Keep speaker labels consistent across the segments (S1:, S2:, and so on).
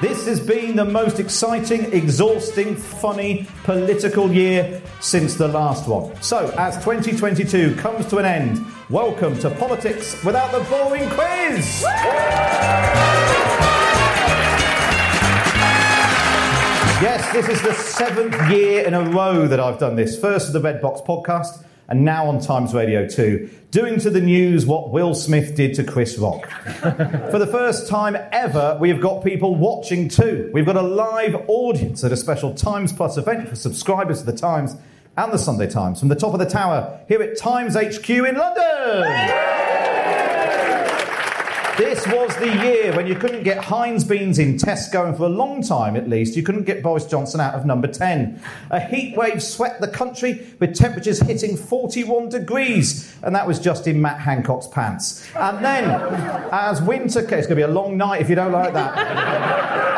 S1: This has been the most exciting, exhausting, funny political year since the last one. So, as 2022 comes to an end, welcome to Politics Without the Boring Quiz! Yes, this is the seventh year in a row that I've done this. First with the Red Box podcast, and now on Times Radio 2, doing to the news what Will Smith did to Chris Rock. For the first time ever, we have got people watching too. We've got a live audience at a special Times Plus event for subscribers to the Times and the Sunday Times from the top of the tower here at Times HQ in London. This was the year when you couldn't get Heinz beans in Tesco, and for a long time at least, you couldn't get Boris Johnson out of number 10. A heat wave swept the country with temperatures hitting 41 degrees, and that was just in Matt Hancock's pants. And then, as winter came, it's going to be a long night if you don't like that.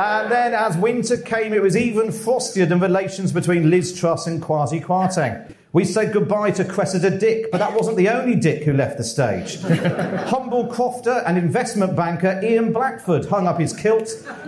S1: And then, as winter came, it was even frostier than relations between Liz Truss and Kwasi Kwarteng. We said goodbye to Cressida Dick, but that wasn't the only Dick who left the stage. Humble crofter and investment banker Ian Blackford hung up his kilt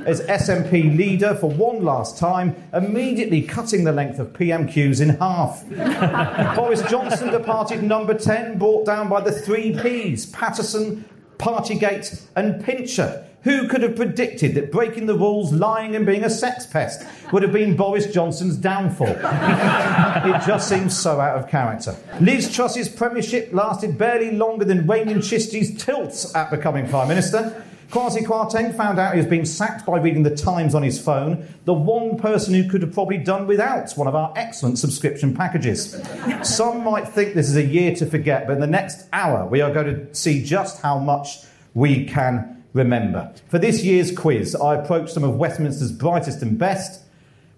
S1: as SNP leader for one last time, immediately cutting the length of PMQs in half. Boris Johnson departed number 10, brought down by the three Ps Patterson, Partygate, and Pincher. Who could have predicted that breaking the rules, lying, and being a sex pest would have been Boris Johnson's downfall? it just seems so out of character. Liz Truss's premiership lasted barely longer than Raymond Chisti's tilts at becoming Prime Minister. Kwasi Kwarteng found out he was being sacked by reading the Times on his phone, the one person who could have probably done without one of our excellent subscription packages. Some might think this is a year to forget, but in the next hour we are going to see just how much we can remember. For this year's quiz, I approached some of Westminster's brightest and best,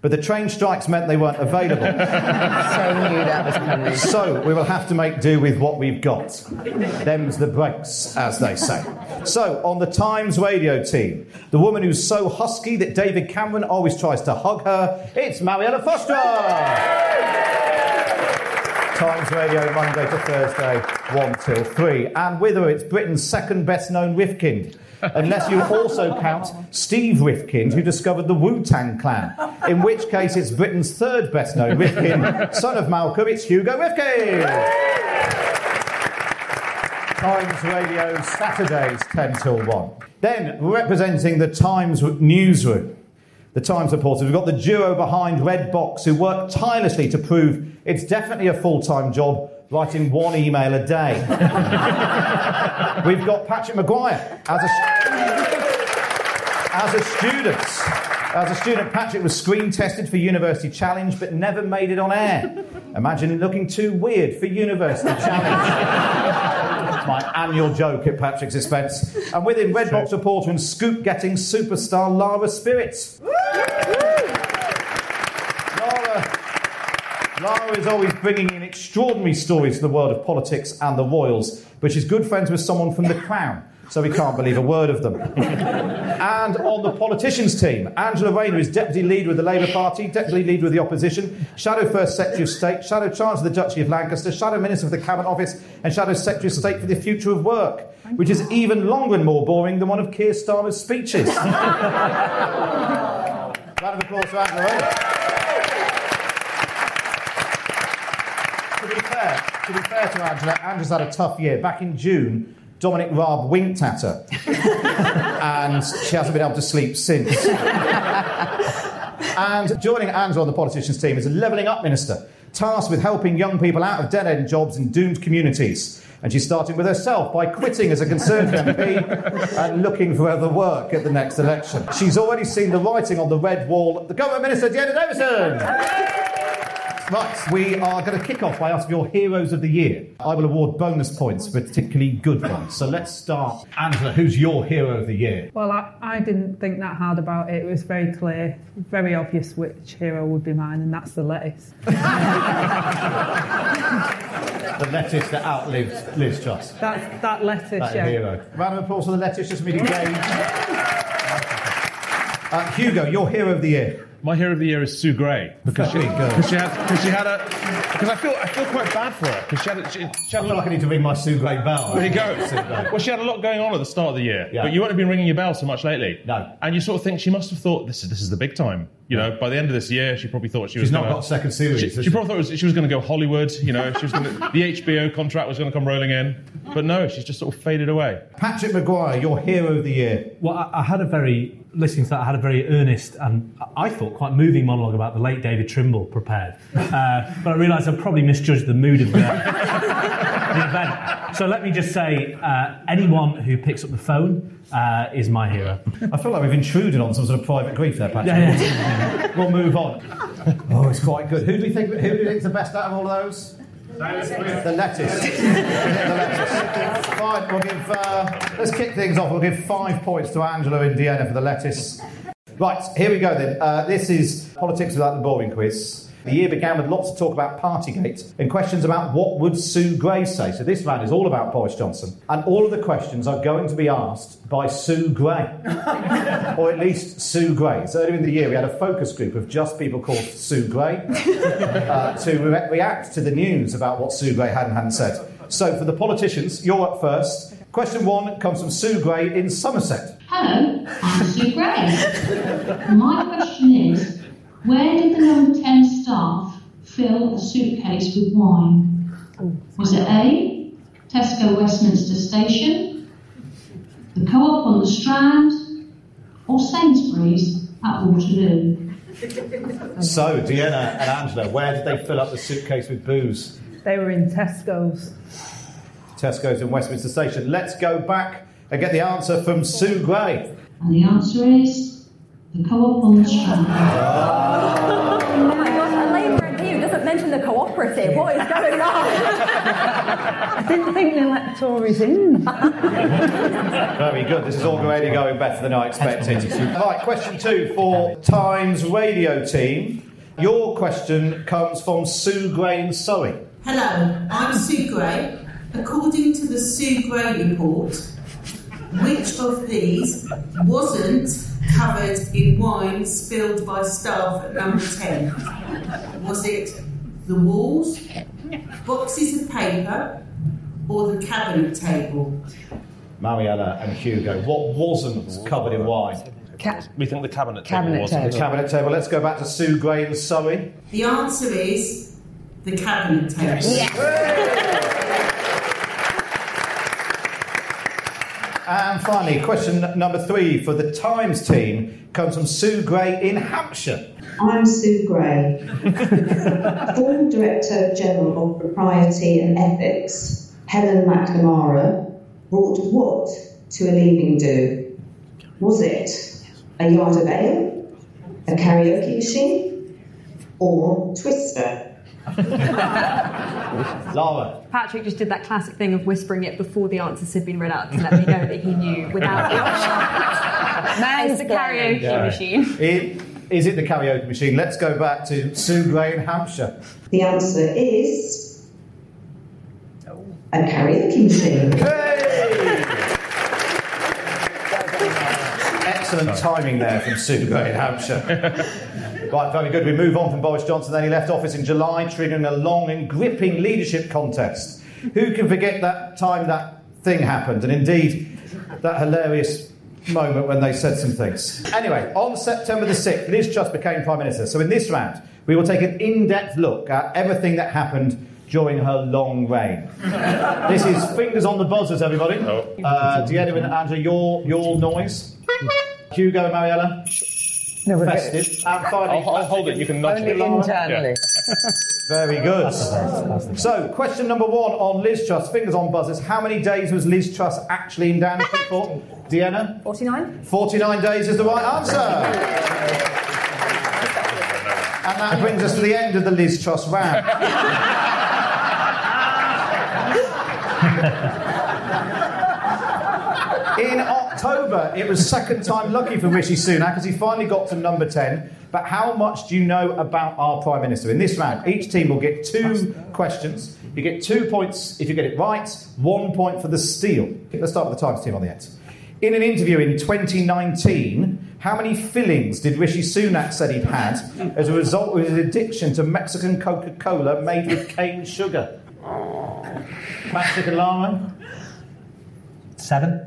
S1: but the train strikes meant they weren't available.
S2: So knew that was coming.
S1: So we will have to make do with what we've got. Them's the breaks, as they say. So on the Times radio team, the woman who's so husky that David Cameron always tries to hug her, it's Mariella Foster. Times Radio, Monday to Thursday, 1 till 3. And with her, it's Britain's second best known Rifkind. Unless you also count Steve Rifkind, who discovered the Wu Tang Clan, in which case it's Britain's third best known Rifkind, son of Malcolm, it's Hugo Rifkind. Times Radio Saturdays 10 till 1. Then, representing the Times newsroom, the Times reporters, we've got the duo behind Red Box who work tirelessly to prove it's definitely a full time job writing one email a day. we've got Patrick Maguire as a, as a student As a student, Patrick was screen tested for University Challenge but never made it on air. Imagine looking too weird for University Challenge. It's my annual joke at Patrick's expense. And with him, Red Box reporter and scoop getting superstar Lara Spirits. Lara, Lara is always bringing in extraordinary stories to the world of politics and the royals, but she's good friends with someone from the crown, so we can't believe a word of them. and on the politicians team, Angela Rayner is deputy leader with the Labour Party, deputy leader with the opposition, shadow first secretary of state, shadow chancellor of the Duchy of Lancaster, shadow minister for the Cabinet Office, and shadow secretary of state for the future of work, which is even longer and more boring than one of Keir Starmer's speeches. Round of applause for Angela Rayner. to be fair, to be fair to Angela, Angela's had a tough year. Back in June, Dominic Raab winked at her, and she hasn't been able to sleep since. and joining Angela on the politicians team is a levelling up minister tasked with helping young people out of dead end jobs in doomed communities. And she's starting with herself by quitting as a Conservative MP and looking for other work at the next election. She's already seen the writing on the red wall. The government minister, Deanna Davison. Right, we are going to kick off by asking your heroes of the year. I will award bonus points, for particularly good ones. So let's start. Angela, who's your hero of the year?
S3: Well, I, I didn't think that hard about it. It was very clear, very obvious which hero would be mine, and that's the lettuce.
S1: The lettuce that outlived Liz Truss.
S3: That's that lettuce,
S1: That
S3: yeah.
S1: hero. Round of applause for the lettuce just meeting game. Uh, Hugo, your hero of the year.
S4: My hero of the year is Sue Gray because she,
S1: Fucking good.
S4: because she had because she had a because I feel I feel quite bad for her because she had a, she, she had a
S1: I feel like
S4: lot.
S1: I need to ring my Sue Gray bell.
S4: There you go. Well, she had a lot going on at the start of the year,
S1: Yeah.
S4: but you won't have been ringing your bell so much lately.
S1: No.
S4: and you sort of think she must have thought this is this is the big time. You know, by the end of this year, she probably thought she was.
S1: She's not
S4: gonna-
S1: got a second series,
S4: She,
S1: has
S4: she
S1: she?
S4: probably thought it was, she was going to go Hollywood. You know, she was gonna, the HBO contract was going to come rolling in, but no, she's just sort of faded away.
S1: Patrick Maguire, your hero of the year.
S5: Well, I, I had a very listening to that. I had a very earnest and I- I thought quite moving monologue about the late David Trimble prepared, uh, but I realised I probably misjudged the mood of the, the event. So let me just say, uh, anyone who picks up the phone uh, is my hero.
S1: I feel like we've intruded on some sort of private grief there, Patrick. We'll move on. Oh, it's quite good. Who do you think? Who do you think's the best out of all those? The lettuce. Yeah, the lettuce. Fine. We'll give. Uh, let's kick things off. We'll give five points to Angela and Deanna for the lettuce. Right. Here we go then. Uh, this is politics without the boring quiz. The year began with lots of talk about Partygate and questions about what would Sue Gray say. So this round is all about Boris Johnson, and all of the questions are going to be asked by Sue Gray or at least Sue Gray. So earlier in the year, we had a focus group of just people called Sue Gray uh, to re- react to the news about what Sue Gray had and hadn't said. So for the politicians, you're up first. Question one comes from Sue Gray in Somerset.
S6: Hello, I'm Sue Gray. My question is, where did the long ten staff fill a suitcase with wine? Was it A, Tesco Westminster Station, the Co-op on the Strand, or Sainsbury's at Waterloo?
S1: So Deanna and Angela, where did they fill up the suitcase with booze?
S3: They were in Tesco's.
S1: Tesco's in Westminster Station. Let's go back and get the answer from Sue Gray.
S6: And the answer is the Co-op on the Strand.
S7: Oh my gosh, a Labour MP who doesn't mention the cooperative. What is going on?
S3: I didn't think they let Tories in.
S1: Very good. This is already going better than I expected. Right, question two for Times Radio Team. Your question comes from Sue Gray in Surrey.
S8: Hello, I'm Sue Gray. According to the Sue Gray report, which of these wasn't covered in wine spilled by staff at number 10? Was it the walls, boxes of paper, or the cabinet table?
S1: Mariella and Hugo. What wasn't covered in wine?
S2: Ca-
S4: We think the cabinet,
S2: Cabinet
S4: was
S1: The
S2: table.
S1: cabinet table. Let's go back to Sue Gray in Surrey.
S8: The answer is the cabinet table.
S1: And finally, question number three for the Times team comes from Sue Gray in Hampshire.
S9: I'm Sue Gray, former Director General of Propriety and Ethics. Helen McNamara brought what to a leaving do? Was it a yard of ale, a karaoke machine, or Twister.
S1: Lara.
S7: Patrick just did that classic thing of whispering it before the answers had been read out to let me know that he knew without the option. Man, it's a karaoke
S1: Yeah.
S7: machine.
S1: It- Is it the karaoke machine? Let's go back to Sue Gray in Hampshire.
S9: The answer is a karaoke machine.
S1: Excellent timing there from Sue Gray in Hampshire. right, very good. We move on from Boris Johnson. Then he left office in July, triggering a long and gripping leadership contest. Who can forget that time that thing happened? And indeed, that hilarious moment when they said some things. Anyway, on September the 6th, Liz Truss became Prime Minister. So in this round, we will take an in depth look at everything that happened during her long reign. this is fingers on the buzzers, everybody. Uh, Diana and Andrew, your, your noise. Hugo and Mariella.
S4: we're good.
S1: Festive. And finally,
S4: I'll, I'll hold it. You can nudge
S1: Only
S4: it. Yeah.
S1: internally. Very good. So, question number one on Liz Truss. Fingers on buzzers. How many days was Liz Truss actually in Downing Street for? Deanna?
S7: 49?
S1: 49 days is the right answer. And that brings us to the end of the Liz Truss round. In October, it was second time lucky for Rishi Sunak as he finally got to number 10. But how much do you know about our Prime Minister? In this round, each team will get two questions. You get two points if you get it right, one point for the steal. Let's start with the Times team on the end. In an interview in 2019, how many fillings did Rishi Sunak said he'd had as a result of his addiction to Mexican Coca Cola made with cane sugar? Patrick and Lara?
S5: Seven.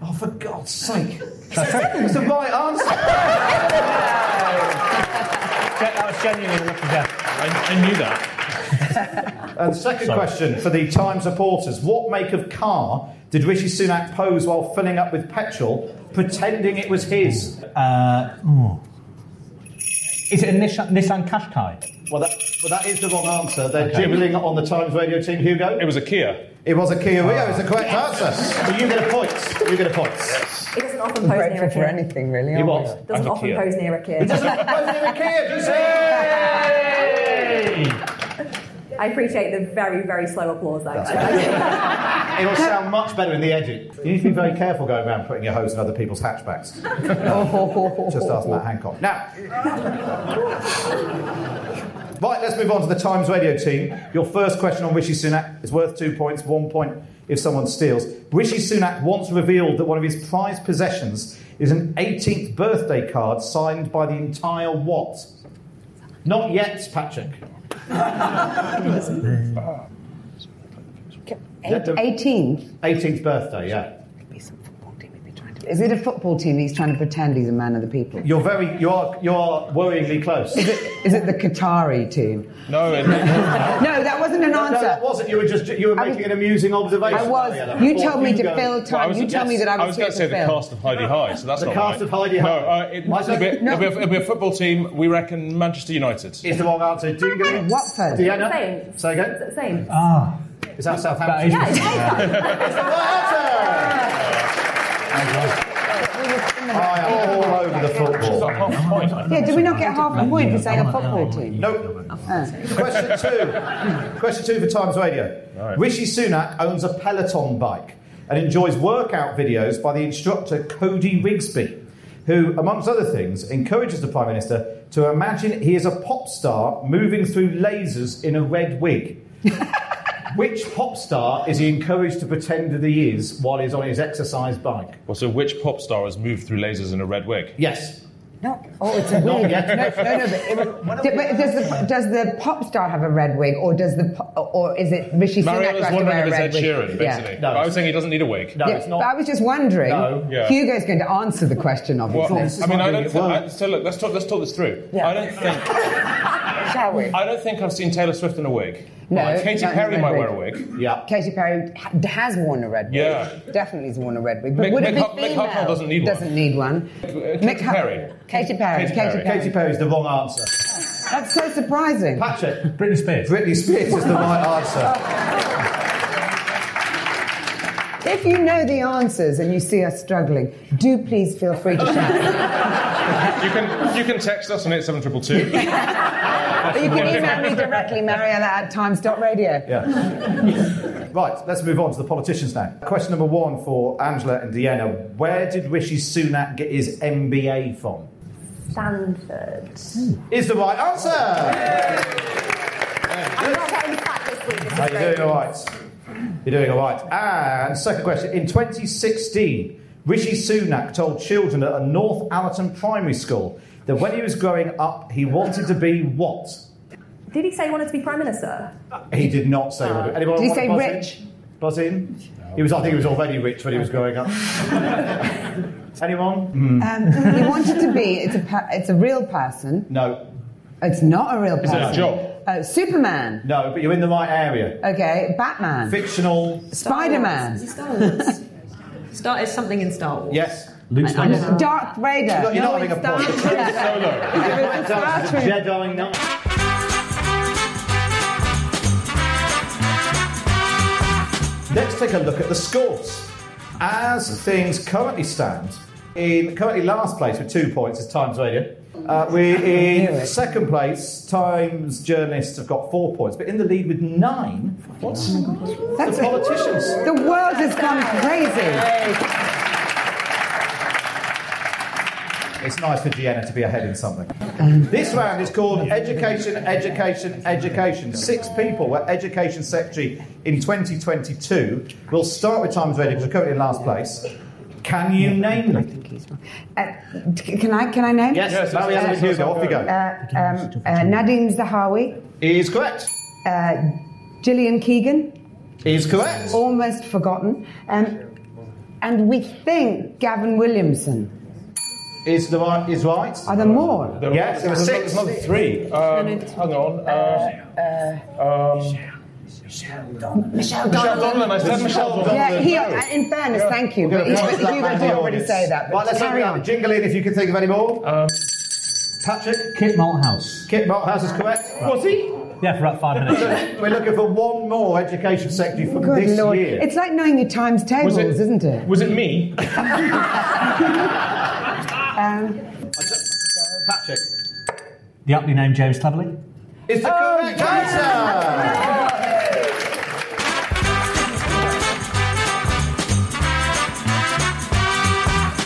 S1: Oh, for God's sake. It's the right answer.
S5: That was genuinely lucky
S4: I, I knew that.
S1: and second question for the Times reporters What make of car did Rishi Sunak pose while filling up with petrol, pretending it was his?
S5: Uh, oh. Is it a Nissan, Nissan Qashqai?
S1: Well, that, well, that is the wrong answer. They're
S5: Okay.
S1: dribbling on the Times radio team, Hugo. It was a Kia. It was a Kia Rio, is the correct answer. So you get a point. You get a point.
S7: It doesn't often
S2: I'm
S7: pose near
S2: grateful
S7: a
S2: for
S7: kid.
S2: anything, really.
S1: You
S2: aren't
S1: what?
S2: we?
S1: It
S7: doesn't often pose near a kid.
S2: It doesn't
S1: pose near a kid, you say?
S7: I appreciate the very, very slow applause, though.
S1: It'll sound much better in the edit. You need to be very careful going around putting your hose in other people's hatchbacks. Just ask Matt Hancock. Now, right, let's move on to the Times radio team. Your first question on Rishi Sunak is worth two points, one point if someone steals. Rishi Sunak once revealed that one of his prized possessions is an 18th birthday card signed by the entire what? Not yet, Patrick.
S2: Eight- 18th.
S1: 18th birthday, yeah.
S2: Is it a football team? He's trying to pretend he's a man of the people.
S1: You're very, you are, you are worryingly close.
S2: Is it the Qatari team?
S4: No,
S2: No, that wasn't an
S1: No,
S2: answer.
S1: that wasn't. You were just, you were
S2: I
S1: making an amusing observation.
S2: I was.
S1: Mariella.
S2: You
S1: Before
S2: told me to
S1: go-
S2: fill time. you told me that I was,
S4: I was going to say
S2: here
S4: the
S2: to fill.
S4: cast of Heidi High, so that's
S1: The
S4: not
S1: cast
S4: right.
S1: of Heidi
S4: No,
S1: High.
S4: uh, it,
S1: My
S4: it'll, be,
S1: second- no.
S4: it'll, be a, it'll be a football team. We reckon Manchester United.
S1: Is the wrong answer. Dingo.
S2: Watford.
S1: Deanna?
S7: Same.
S1: Say again?
S7: It's the same.
S5: Ah.
S1: Is that Southampton?
S7: Yeah, it's
S1: I am all over the football.
S2: Yeah, did we not get half a point for saying a football team?
S1: Nope.
S2: Ah.
S1: Question two. Question two for Times Radio. Rishi Sunak owns a Peloton bike and enjoys workout videos by the instructor Cody Rigsby, who, amongst other things, encourages the Prime Minister to imagine he is a pop star moving through lasers in a red wig. Which pop star is he encouraged to pretend that he is while he's on his exercise bike?
S4: Well, so which pop star has moved through lasers in a red wig?
S1: Yes.
S2: No. Oh, it's a wig.
S1: yet.
S2: No, no, no. But, it- but does the does the pop star have a red wig, or does the po- or is it Rishi Sunak who
S4: Mario's
S2: has to
S4: wondering
S2: wear
S4: if
S2: a red
S4: it's Ed
S2: wig?
S4: Sheeran, basically.
S2: Yeah.
S4: But I was saying he doesn't need a wig.
S2: Yeah, But I was just wondering.
S4: No, yeah.
S2: Hugo's going to answer the question,
S4: Well,
S2: obviously.
S4: I mean, I don't. Think, I, so look, let's talk. Let's talk this through. I don't think.
S2: Shall we?
S4: I don't think I've seen Taylor Swift in a wig.
S2: No,
S4: Like, Katy
S2: not in a
S4: Perry
S2: red
S4: might
S2: wig.
S4: wear a wig.
S1: Yeah.
S2: Katy Perry ha- has worn a red wig.
S4: Yeah.
S2: Definitely has worn a red wig. But
S4: Mick-
S2: would it
S4: Mick
S2: be
S4: Huck- Mick
S2: female?
S4: Hucknall doesn't need one.
S2: Doesn't need one.
S4: Katy Perry.
S2: Katy Perry. Katy
S4: Katy Perry.
S2: Perry.
S1: Katy Perry is the wrong answer.
S2: That's so surprising.
S1: Patrick.
S5: Britney Spears.
S1: Britney Spears is the right answer.
S2: If you know the answers and you see us struggling, do please feel free to shout.
S4: you can you can text us on eight seven triple two.
S2: But you can email me directly, Mariella at times.radio.
S1: Yeah. right, let's move on to the politicians now. Question number one for Angela and Deanna. Where did Rishi Sunak get his MBA from?
S10: Sanford.
S1: Is the right answer.
S10: I'm not getting fat this week. This is
S1: Right, you're
S10: very
S1: doing all
S10: good.
S1: right. You're doing all right. And second question. In 2016, Rishi Sunak told children at a North Allerton primary school that when he was growing up, he wanted to be what?
S10: Did he say he wanted to be Prime Minister?
S1: He did not say what. Anyone
S10: Did he
S1: want to
S10: say
S1: buzz
S10: rich?
S1: In? Buzz in? He was, I think he was already rich when he was growing up. Anyone? Hmm.
S2: Um, he wanted to be. It's a. pa- It's a real person.
S1: No.
S2: It's not a real
S1: Is it a
S2: person.
S1: job?
S2: Uh, Superman.
S1: No, but you're in the right area.
S2: Okay. Batman.
S1: Fictional.
S2: Spider-Man.
S7: Is it Star Wars? Star is something in Star Wars.
S1: Yes.
S7: Luke
S2: I- I don't know. Darth Vader.
S1: You're not, you're
S2: No,
S1: not having a
S2: it's Darth
S1: point.
S2: Vader.
S1: Yeah,
S2: It's
S1: that's
S2: Star
S1: a
S2: Trek.
S1: Jedi Knight. Let's take a look at the scores. As things currently stand, in currently last place with two points is Times Radio. Uh, we're in second place. Times journalists have got four points, but in the lead with nine. What?
S2: That's it.
S1: the politicians.
S2: The world has gone crazy. Uh,
S1: It's nice for Gianna to be ahead in something. This round is called Education, Education, Education. Six people were Education Secretary in 2022. We'll start with Times Radio because we're currently in last place. Can you name them?
S2: C- Can I? Can I name?
S1: Yes, yes, Mariella and Hugo, off you go.
S2: Uh, um, uh, Nadim Zahawi.
S1: Is correct.
S2: Uh, Gillian Keegan.
S1: Is correct.
S2: Almost forgotten. Um, and we think Gavin Williamson.
S1: Is the right? Is right?
S2: Are there more?
S1: yes, there were six.
S4: Another three. Um, hang on. Uh, um,
S2: Michelle
S4: Michelle Donlan, I said Michelle Donlan.
S2: Yeah, he, in fairness, thank you. But
S1: We're gonna
S2: Hugo
S1: pass that
S2: Hugo
S1: back to
S2: did
S1: the
S2: already
S1: audience.
S2: say that.
S1: Right,
S2: But
S1: let's
S2: carry
S1: open
S2: on.
S1: up. Jingle in if you can think of any more.
S4: Um,
S1: Patrick?
S5: Kit Malthouse.
S1: Kit Malthouse is correct. Was he?
S5: Yeah, for about five minutes.
S1: We're looking for one more education secretary from
S2: Good
S1: this
S2: lord.
S1: year.
S2: It's like knowing your times tables,
S1: it-
S2: isn't it?
S4: Was it me?
S2: Um,
S1: Patrick.
S5: the aptly named James Cleverly.
S1: It's the
S10: Oh,
S1: correct answer.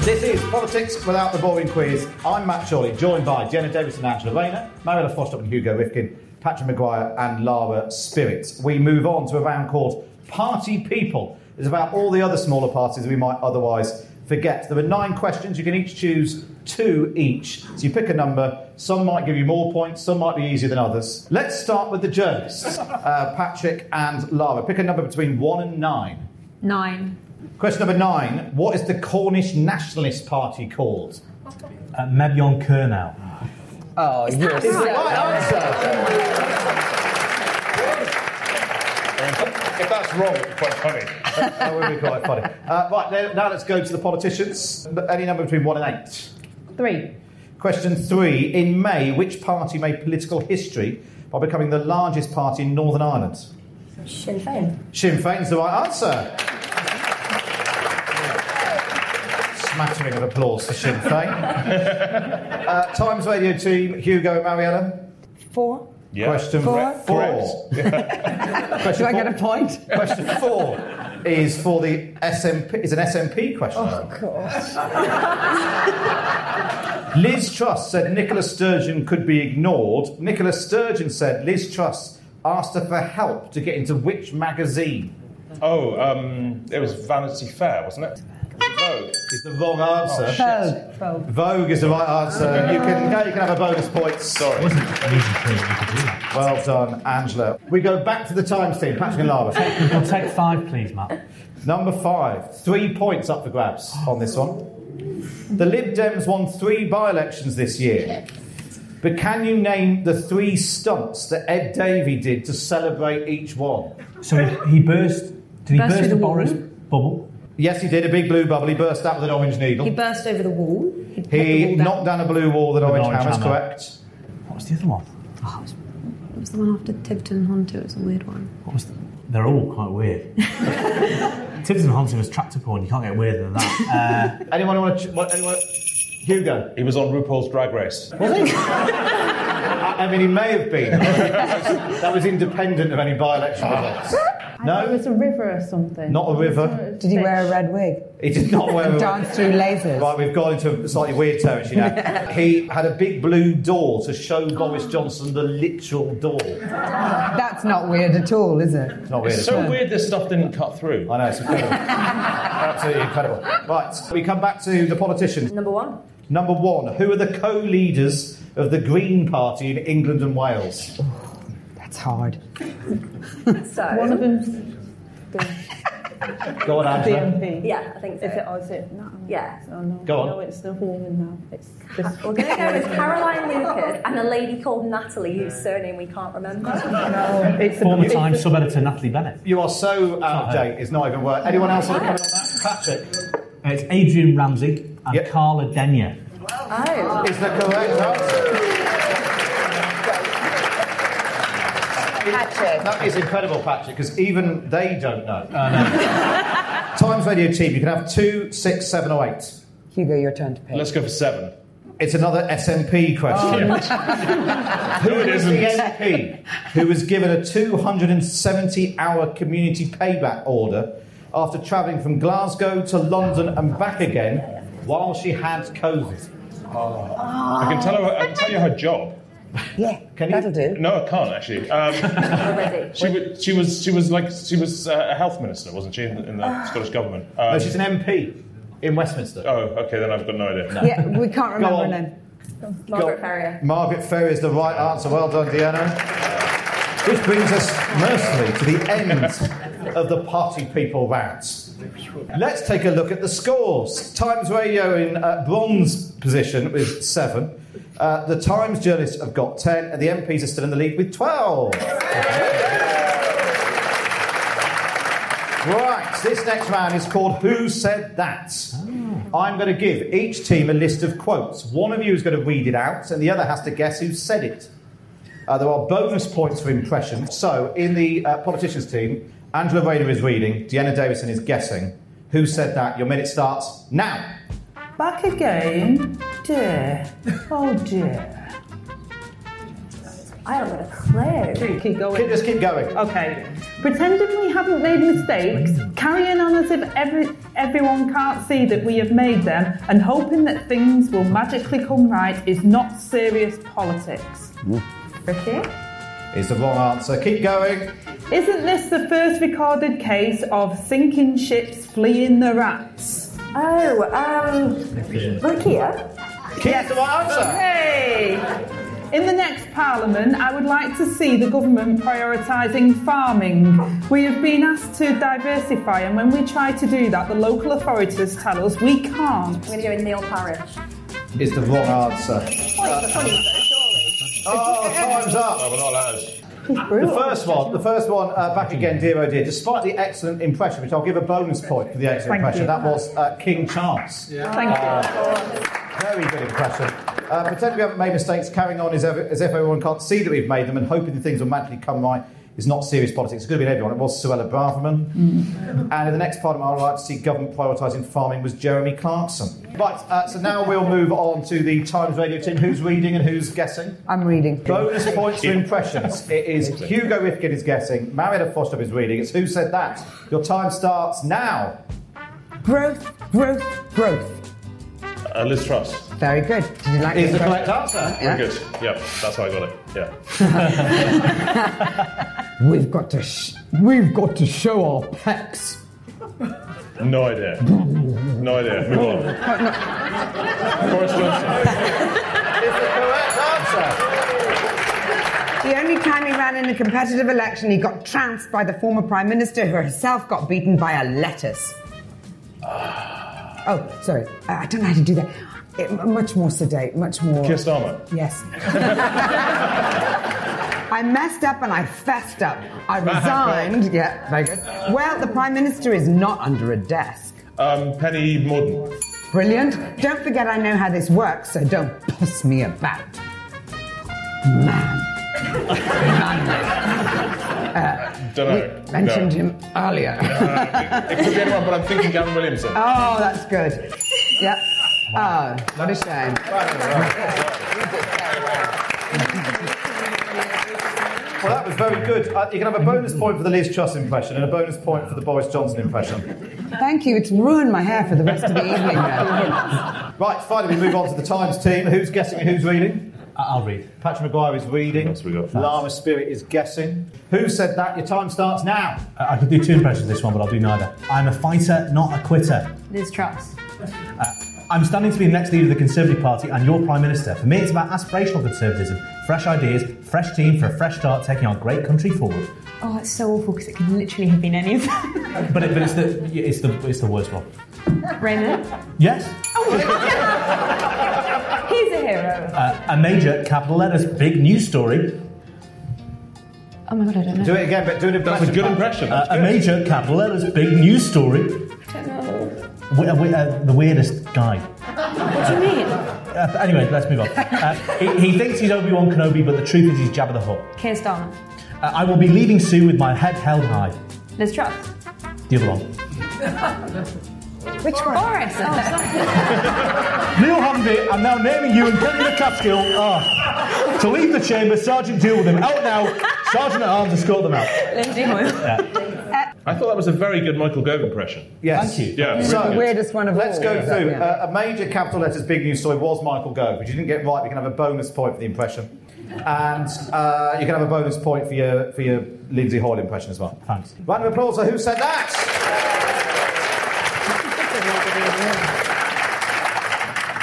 S1: This is Politics Without the Boring Quiz. I'm Matt Shawley, joined by Jenna Davison, Angela Rayner, Mariella Foster and Hugo Rifkin, Patrick Maguire and Lara Spirit. We move on to a round called Party People. It's about all the other smaller parties we might otherwise forget. There are nine questions. You can each choose two each. So you pick a number. Some might give you more points. Some might be easier than others. Let's start with the journalists, uh, Patrick and Lara. Pick a number between one and nine.
S7: Nine.
S1: Question number nine What is the Cornish Nationalist Party called?
S5: Uh, Mebion Kernow.
S2: Oh,
S1: Is that yes. right? If that's wrong, it'd be quite funny. that would be quite funny. Uh, right, now- now let's go to the politicians. Any number between one and eight.
S3: Three.
S1: Question three In May, which party made political history by becoming the largest party in Northern Ireland?
S10: Sinn Féin.
S1: Sinn Féin's the right answer. Smattering of applause for Sinn Féin. uh, Times Radio team, Hugo and Mariella.
S2: Four.
S1: Question
S2: Four.
S1: four.
S2: Do I get a point?
S1: Question four is for the SMP. Is an SMP question.
S2: Oh.
S1: Liz Truss said Nicola Sturgeon could be ignored. Nicola Sturgeon said Liz Truss asked her for help to get into which magazine?
S4: Oh, um, it was Vanity Fair, wasn't it? Vogue.
S1: Is the wrong answer.
S4: Oh, shit.
S2: Vogue.
S1: Vogue is the right answer. You can now you can have a bonus point. Sorry. Well done, Angela. We go back to the times team, Patrick and Lara.
S5: We'll take five, please, Matt.
S1: Number five, three points up for grabs on this one. The Lib Dems won three by elections this year. But can you name the three stunts that Ed Davey did to celebrate each one?
S5: So he, he burst. Did he
S7: Burst
S5: burst
S7: through
S5: the
S7: the
S5: Boris
S7: wall?
S5: bubble?
S1: Yes, he did a big blue bubble. He burst out with an orange
S7: He
S1: needle.
S7: burst over the wall. He,
S1: He, knocked down a blue wall with an
S5: With
S1: orange,
S5: an orange
S1: hammer,
S5: hammer.
S1: correct.
S5: What was the other one?
S7: Oh, it was, it was the one after Tiverton Hunter. It was a weird one.
S5: What was the, they're all quite weird. Tiverton Hansen was tractor porn. You can't get weirder than that. Uh,
S1: Anyone want to? Ch- what, anyone? Hugo.
S4: He was on RuPaul's Drag Race.
S1: Was he? I I mean, he may have been. that was independent of any by-election results.
S3: No, it was a river or something.
S1: Not a river.
S3: Did he wear a red wig?
S1: He did not wear.
S3: Dance through lasers.
S1: Right, we've gone into slightly weird territory now. he had a big blue door to show Boris Johnson the literal door.
S2: That's not weird at all, is it?
S1: It's not weird.
S4: It's
S1: at
S4: so
S1: all.
S4: weird this stuff didn't cut through.
S1: I know it's incredible. Absolutely incredible. Right, we come back to the politicians.
S10: Number one.
S1: Number one, who are the co-leaders of the Green Party in England and Wales?
S2: That's hard.
S10: So
S3: One of them's
S1: Go on,
S3: the
S1: Angela.
S3: MP.
S10: Yeah, I think so.
S3: Is it? Oh, is it? No,
S10: Yeah.
S3: Oh, no.
S1: Go on.
S3: No, it's the woman now. It's this.
S10: We're going to go with Caroline Lucas and a lady called Natalie whose surname we can't remember.
S3: It's
S5: Uh, Former Times sub-editor Natalie Bennett.
S1: You are so out of date. It's not even worth. Anyone else want to comment on that? Patrick.
S5: Uh, It's Adrian Ramsey and Carla Denyer.
S10: Oh.
S1: Is that correct answer? That is incredible, Patrick, because even they don't know. Times Radio Team, you can have two, six, seven, or eight.
S2: Hugo, your turn to pick.
S4: Let's go for seven. Oh,
S1: It's another SNP question. Who
S4: it
S1: is the MP who was given a 270 hour community payback order after travelling from Glasgow to London and back again while she had COVID?
S4: I can tell her. I can tell you her job.
S2: Yeah,
S1: Can you-
S2: that'll do.
S4: No, I can't actually. Um,
S10: Already.
S4: she, was, she was. She was like. She was uh, a health minister, wasn't she, in the, in the Scottish government? Um,
S1: No, she's an MP in Westminster.
S4: oh, okay. Then I've got no idea.
S2: Yeah, we can't
S1: Go
S2: remember
S1: on.
S2: her name.
S10: Margaret Ferrier.
S1: Margaret Ferry is the right answer. Well done, Deanna. Which brings us mercifully to the end of the Party People round. Let's take a look at the scores. Times Radio in uh, bronze position with seven. Uh, the Times journalists have got 10, and the MPs are still in the lead with 12. Right, this next round is called Who Said That? I'm going to give each team a list of quotes. One of you is going to read it out, and the other has to guess who said it. Uh, there are bonus points for impression. So, in the uh, politicians team, Angela Rayner is reading, Deanna Davison is guessing. Who said that? Your minute starts now.
S3: Back again, dear. Oh dear.
S10: I haven't got a clue.
S3: Keep
S1: Keep,
S3: going.
S1: just keep going.
S3: Okay. Pretending we haven't made mistakes, carrying on as if every, everyone can't see that we have made them, and hoping that things will magically come right is not serious politics. Ricky?
S1: Is the wrong answer. Keep going.
S3: Isn't this the first recorded case of sinking ships fleeing the rats?
S10: Oh, um, Rakia.
S1: Keep the right answer.
S3: Hey! In the next Parliament, I would like to see the government prioritising farming. We have been asked to diversify, and when we try to do that, the local authorities tell us we can't.
S10: I'm going to go with Neil Parish.
S1: Is the wrong answer. Oh, time's up.
S4: Oh, we're not allowed.
S1: The first one, the first one, uh, back again, dear oh dear. Despite the excellent impression, which I'll give a bonus point for the excellent
S3: Thank
S1: impression,
S3: you.
S1: that was uh, King Charles. Uh,
S3: Thank
S10: Oh,
S3: you.
S1: Very good impression. Uh, pretend we haven't made mistakes. Carrying on as, ever, as if everyone can't see that we've made them, and hoping that things will magically come right is not serious politics. It could have been everyone. It was Suella Braverman. And in the next part of my life, to see government prioritising farming was Jeremy Clarkson. Right. Uh, so now we'll move on to the Times radio team. Who's reading and who's guessing?
S2: I'm reading.
S1: Bonus points for impressions. It is
S5: Uh,
S1: Hugo Rifkin is guessing. Marina Foster is reading. It's who said that. Your time starts now.
S2: Growth, growth, growth.
S4: Uh, Liz Truss.
S2: Very good. Did you like
S1: Is
S2: the
S1: the correct
S2: impression?
S1: answer.
S4: Very good. Yeah, that's how I got it. Yeah.
S2: We've got to, sh- we've got to show our pecs.
S4: No idea. No idea. Move on. Boris Johnson.
S1: Is the correct answer.
S2: The only time he ran in a competitive election, he got trounced by the former prime minister, who herself got beaten by a lettuce. Oh, sorry, uh, I don't know how to do that. It, m- much more sedate, much more.
S4: Keir Starmer.
S2: Yes. I messed up and I fessed up. I resigned. yeah, very good. Well, the prime minister is not under a desk.
S4: Um, Penny Morden.
S2: Brilliant. Don't forget, I know how this works, so don't puss me about. Man.
S4: Don't know.
S2: Mentioned
S4: no.
S2: him earlier.
S4: Uh, it could be anyone, but I'm thinking Gavin Williamson.
S2: Oh, that's good. Yep. Oh, what a shame.
S1: Well, that was very good. Uh, you can have a bonus point for the Liz Truss impression and a bonus point for the Boris Johnson impression.
S2: Thank you. It's ruined my hair for the rest of the evening. now.
S1: Right, finally, we move on to the Times team. Who's guessing and who's reading?
S5: I'll read.
S1: Patrick McGuire is reading. Llama Spirit is guessing. Who said that? Your time starts now.
S5: Uh, I could do two impressions of this one, but I'll do neither. I'm a fighter, not a quitter.
S7: Liz Truss.
S5: Uh, I'm standing to be the next leader of the Conservative Party and your Prime Minister. For me, it's about aspirational conservatism, fresh ideas, fresh team for a fresh start, taking our great country forward.
S7: Oh, it's so awful because it could literally have been any of them.
S5: But, it, but it's the it's the it's the worst one.
S7: Raymond.
S5: Yes,
S7: Oh, He's a hero.
S5: uh, a major capital letters big news story.
S7: Oh my god, I don't know.
S1: Do it again, but do an impression.
S4: That's a good impression.
S5: Uh, a major capital letters big news story.
S7: I don't know.
S5: We, uh, we, uh, the weirdest guy.
S7: What do you mean?
S5: Uh, anyway, let's move on. Uh, he, he thinks he's Obi Wan Kenobi, but the truth is he's Jabba the Hutt.
S7: Keir Starmer.
S5: Uh, I will be leaving Sue with my head held high.
S7: Liz Truss.
S5: The other one.
S7: Which one? Oh, Boris.
S5: Neil Hamdi, I'm now naming you and putting the Catskill. Ah. To leave the chamber, Sergeant, deal with him. Out now. Sergeant at arms, escort them out.
S7: Lindsay Hoyle.
S4: I thought that was a very good Michael Gove impression.
S1: Yes.
S5: Thank you.
S4: Yeah.
S1: So-
S4: really
S2: The
S4: good.
S2: weirdest one of
S1: Let's
S2: all.
S1: go
S2: Yeah.
S1: through.
S2: Yeah.
S1: Uh, a major capital letters big news story was Michael Gove, which you didn't get right. We can have a bonus point for the impression, and uh, you can have a bonus point for your for your Lindsay Hall impression as well.
S5: Thanks.
S1: Round of applause for who said that.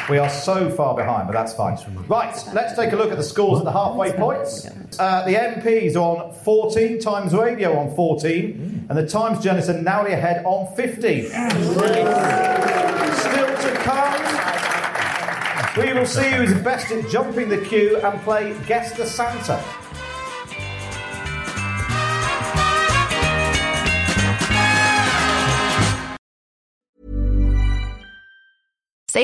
S1: We are so far behind, but that's fine. Right, let's take a look at the scores at the halfway points. Uh, the MPs are on 14, Times Radio on 14, and the Times journalists are narrowly ahead on 15. Still to come. We will see who's best at jumping the queue and play Guess the Santa.
S11: Say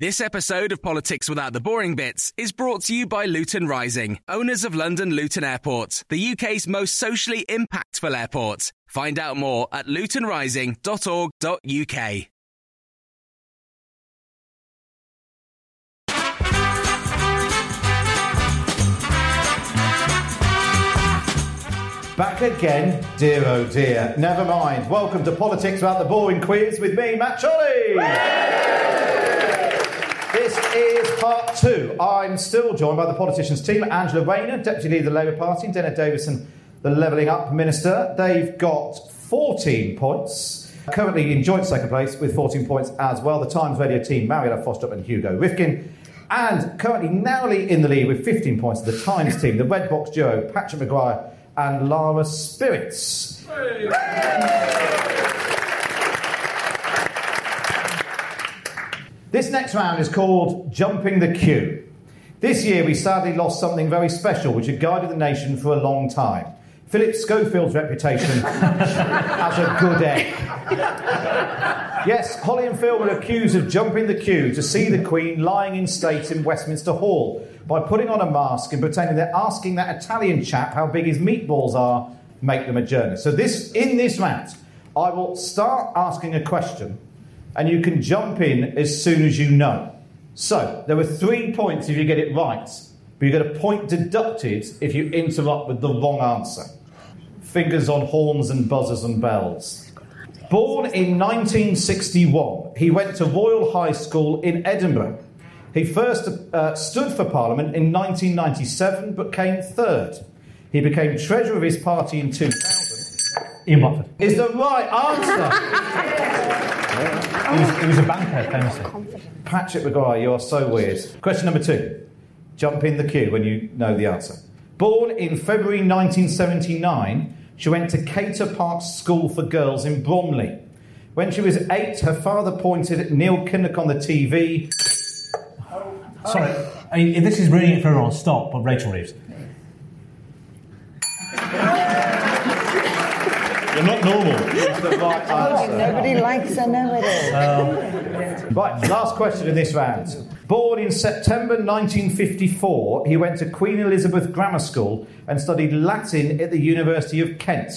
S12: This episode of Politics Without the Boring Bits is brought to you by Luton Rising, owners of London Luton Airport, the UK's most socially impactful airport. Find out more at lutonrising.org.uk.
S1: Back again, dear oh dear. Never mind. Welcome to Politics About the Boring Quiz with me, Matt Cholly. This is part two. I'm still joined by the politicians team Angela Rayner, Deputy Leader of the Labour Party, and Dennis Davison, the Levelling Up Minister. They've got 14 points. Currently in joint second place with 14 points as well. The Times Radio team, Mariella Foster and Hugo Rifkin. And currently narrowly in the lead with 15 points, the Times team, the Red Box duo, Patrick Maguire and Lara Spirits. This next round is called Jumping the Queue. This year, we sadly lost something very special which had guided the nation for a long time. Philip Schofield's reputation as a good egg. Yes, Holly and Phil were accused of jumping the queue to see the Queen lying in state in Westminster Hall by putting on a mask and pretending they're asking that Italian chap how big his meatballs are, make them a journey. So this in this round, I will start asking a question, and you can jump in as soon as you know. So there were three points if you get it right, but you get a point deducted if you interrupt with the wrong answer. Fingers on horns and buzzers and bells. Born in 1961, he went to Royal High School in Edinburgh. He first uh, stood for Parliament in 1997 but came third. He became treasurer of his party in 2000.
S5: Ian Watford.
S1: Is the right answer?
S5: He was, he was a banker, famously.
S1: Patrick McGuire, you are so weird. Question number two. Jump in the queue when you know the answer. Born in February 1979, she went to Cater Park School for Girls in Bromley. When she was eight, her father pointed at Neil Kinnock on the TV.
S5: Sorry, I mean, if this is ruining it for everyone, stop. But Rachel Reeves.
S4: You're not normal.
S2: Nobody likes her nowadays.
S5: Um,
S1: Right, last question in this round. Born in September 1954, he went to Queen Elizabeth Grammar School and studied Latin at the University of Kent.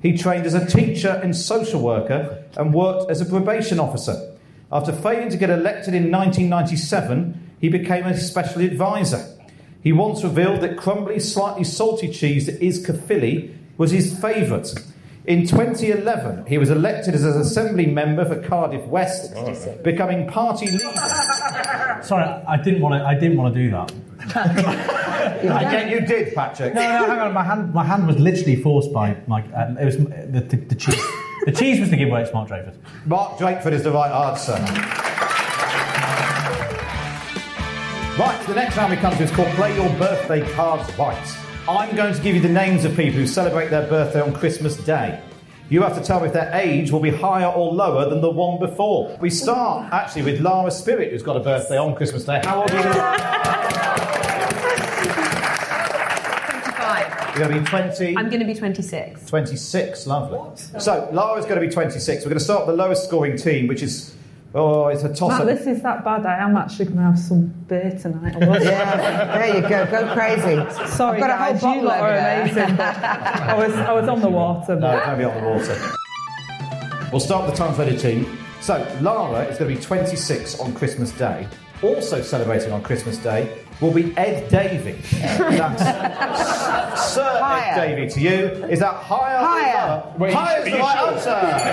S1: He trained as a teacher and social worker and worked as a probation officer. After failing to get elected in 1997, he became a special advisor. He once revealed that crumbly, slightly salty cheese that is kafili was his favourite. In 2011, he was elected as an assembly member for Cardiff West, becoming party leader.
S5: Sorry, I didn't want to. I didn't want to do that.
S1: I get you did, Patrick.
S5: No, no, hang on. My hand, my hand was literally forced by my. Um, it was the, the, the cheese. the cheese was the giveaway. It's Mark Drakeford.
S1: Mark Drakeford is the right answer. Right, the next round we come to is called Play Your Birthday Cards Right. I'm going to give you the names of people who celebrate their birthday on Christmas Day. You have to tell me if their age will be higher or lower than the one before. We start actually with Lara Spirit, who's got a birthday on Christmas Day. How old are you? You're going to be 20.
S7: I'm going to be 26.
S1: 26, lovely. So Lara's going to be 26. We're going to start with the lowest scoring team, which is oh, it's a toss
S3: Matt,
S1: up.
S3: this is that bad. I am actually going to have some beer tonight. I was.
S2: Yeah, there you go. Go crazy.
S3: Sorry,
S2: I've got a whole
S3: guys, you
S2: bottle
S3: lot
S2: over
S3: are
S2: there.
S3: amazing. but I was, I was on the water.
S1: No,
S3: But
S1: it's going to be on the water. We'll start with the translated team. So Lara is going to be 26 on Christmas Day. Also celebrating on Christmas Day will be Ed Davey. That's Sir
S2: Higher.
S1: Ed Davey to you. Is that higher? or
S2: Higher.
S1: lower?
S4: Wait,
S1: higher is
S4: are
S1: the
S4: you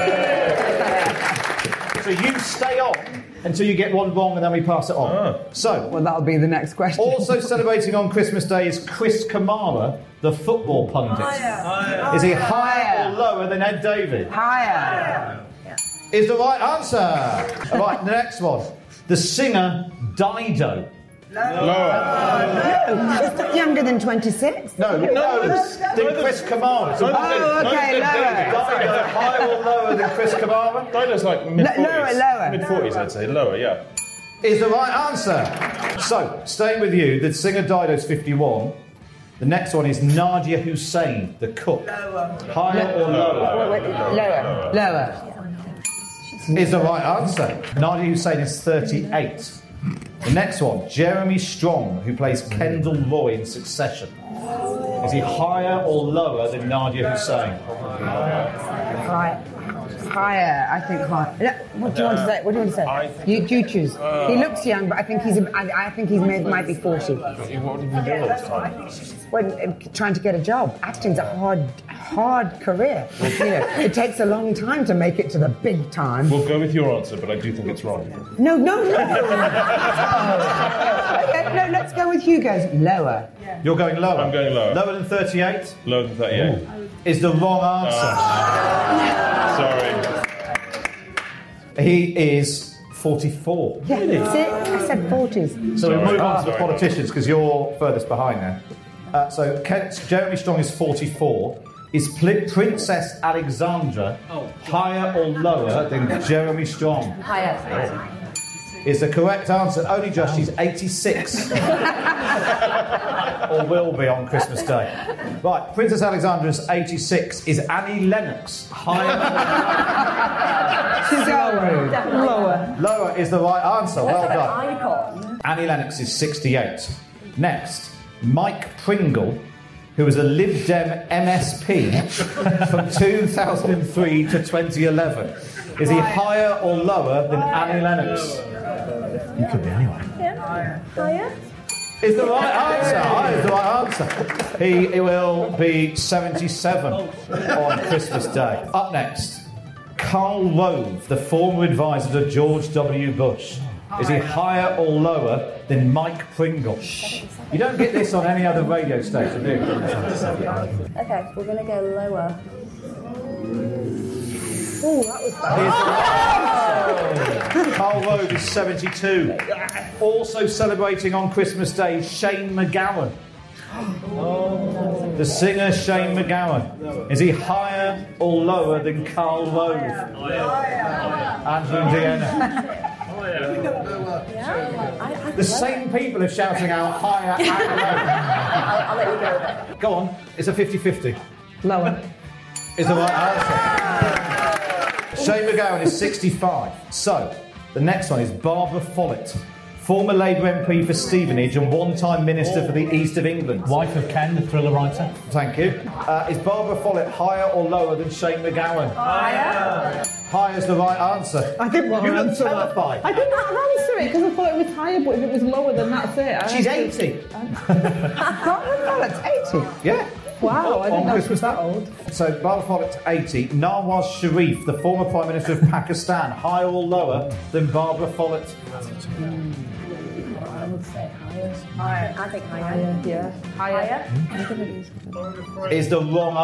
S1: right
S4: sure?
S1: answer. so you stay on until you get one wrong, and then we pass it on.
S3: Oh.
S1: So
S2: Well, that'll be the next question.
S1: also celebrating on Christmas Day is Chris Kamala, the football pundit. Is he higher or lower than Ed David?
S2: Higher.
S1: Is the right answer. All right, the next one. The singer Dido.
S2: It's younger than 26.
S1: No, no, think Chris Kamara. It's about
S2: Oh, okay, lower.
S1: Dido higher or lower than Chris Kamara?
S4: Dido's like mid 40s.
S2: lower, lower.
S4: Mid 40s, I'd say. Lower, yeah.
S1: Is the right answer. So, staying with you, the singer Dido's 51. The next one is Nadia Hussein, the cook. Higher or lower?
S2: Lower. Lower.
S1: is the right answer. Nadia Hussein is 38. The next one, Jeremy Strong, who plays Kendall Roy in Succession. Is he higher or lower than Nadia Hussein?
S2: Right. Higher, I think higher. No, What do you want to say? What do you want to
S4: I
S2: say?
S4: think-
S2: You, you choose. he looks young, but I think he's. I, I think he's made, might be forty.
S4: What did we do all this time?
S2: When uh, trying to get a job, acting's a hard, hard career. You know, it takes a long time to make it to the big time.
S4: We'll go with your answer, but I do think it's wrong.
S2: No, no, no. okay, no, let's go with Hugo's lower.
S1: You're going lower.
S4: I'm going lower.
S1: Lower than 38
S4: Lower than 38.
S1: is the wrong answer.
S4: Sorry.
S1: He is 44.
S2: Yeah, see, I said forties.
S1: So
S4: Sorry.
S1: we'll move on to
S4: Sorry.
S1: the politicians because you're furthest behind now. Uh, so Kent, Jeremy Strong is 44. Is Pli- Princess Oh. Alexandra higher or lower than Jeremy Strong?
S7: Higher.
S1: is the correct answer. Only just she's 86 or will be on Christmas Day. Right, Princess Alexandra's 86 is Annie Lennox. Higher.
S2: She's
S1: Lower.
S2: Definitely.
S1: Lower. Lower is the right answer. Oh, Well
S10: That's
S1: done.
S10: like an icon.
S1: Annie Lennox is 68. Next, Mike Pringle, who was a Lib Dem MSP from 2003 to 2011. Is he higher or lower than Annie Lennox? You could be anyway.
S10: Yeah. Higher?
S1: Is the right answer. Higher is the right answer. He, he will be 77 on Christmas Day. Up next, Carl Rove, the former advisor to George W. Bush. Is he higher or lower than Mike Pringle? You don't get this on any other radio station, do you?
S10: Okay, we're gonna go lower. Oh, that was
S1: Carl Rove is 72. Also celebrating on Christmas Day, Shane McGowan. The singer Shane McGowan. Is he higher or lower than Carl Rove? Andrew and Deanna.
S10: I,
S1: The same people are shouting out higher
S10: I'll, I'll let you go.
S1: Go on, it's a 50 50.
S2: Lower.
S1: Is the right answer. Ah, Shane McGowan is 65. So, the next one is Barbara Follett, former Labour MP for Stevenage and one time Minister for the East of England. Wife of Ken, the thriller writer. Thank you. Uh, is Barbara Follett higher or lower than Shane McGowan? Higher. Higher is the right answer. I didn't
S2: want
S1: You
S2: to
S1: look
S2: answer that.
S1: terrified.
S3: I didn't answer it because I thought it was higher, but if it was lower, then that's it. I
S1: She's
S3: answered-
S1: 80.
S2: That's 80.
S1: Yeah.
S2: Wow, I didn't
S1: On
S2: know she
S1: Christmas
S2: was that old.
S1: So Barbara Follett's 80. Nawaz Sharif, the former Prime Minister of Pakistan, higher or lower than Barbara Follett?
S10: I would say higher. Higher. I think higher. Yeah. Higher. I'm gonna use-
S1: Is the wrong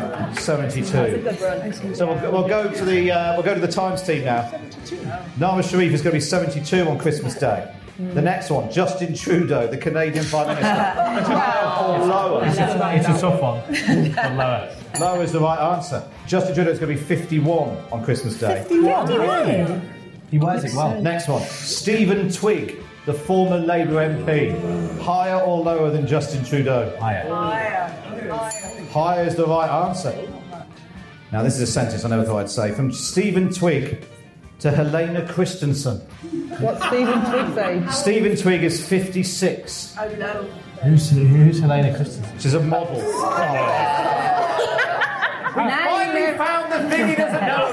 S1: answer. 72.
S10: Good run.
S1: So we'll, we'll go to the uh, we'll go to the times team now. Nawaz Sharif is going to be 72 on Christmas Day. The next one, Justin Trudeau, the Canadian Prime Minister, higher or lower?
S5: It's a, it's a tough one.
S1: lower. Lower is the right answer. Justin Trudeau is going to be 51 on Christmas Day.
S5: 51.
S1: He wears
S5: it well.
S1: Next one. Stephen Twigg, the former Labour MP. Higher or lower than Justin Trudeau? Higher. Higher is the right answer. Now, this is a sentence I never thought I'd say. From Stephen Twigg to Helena Christensen.
S3: What's Stephen Twig's age?
S1: Stephen Twigg is 56.
S3: Oh no.
S5: Who's, who's Helena Christensen? Oh,
S1: She's a model.
S2: finally
S1: found the thing he doesn't know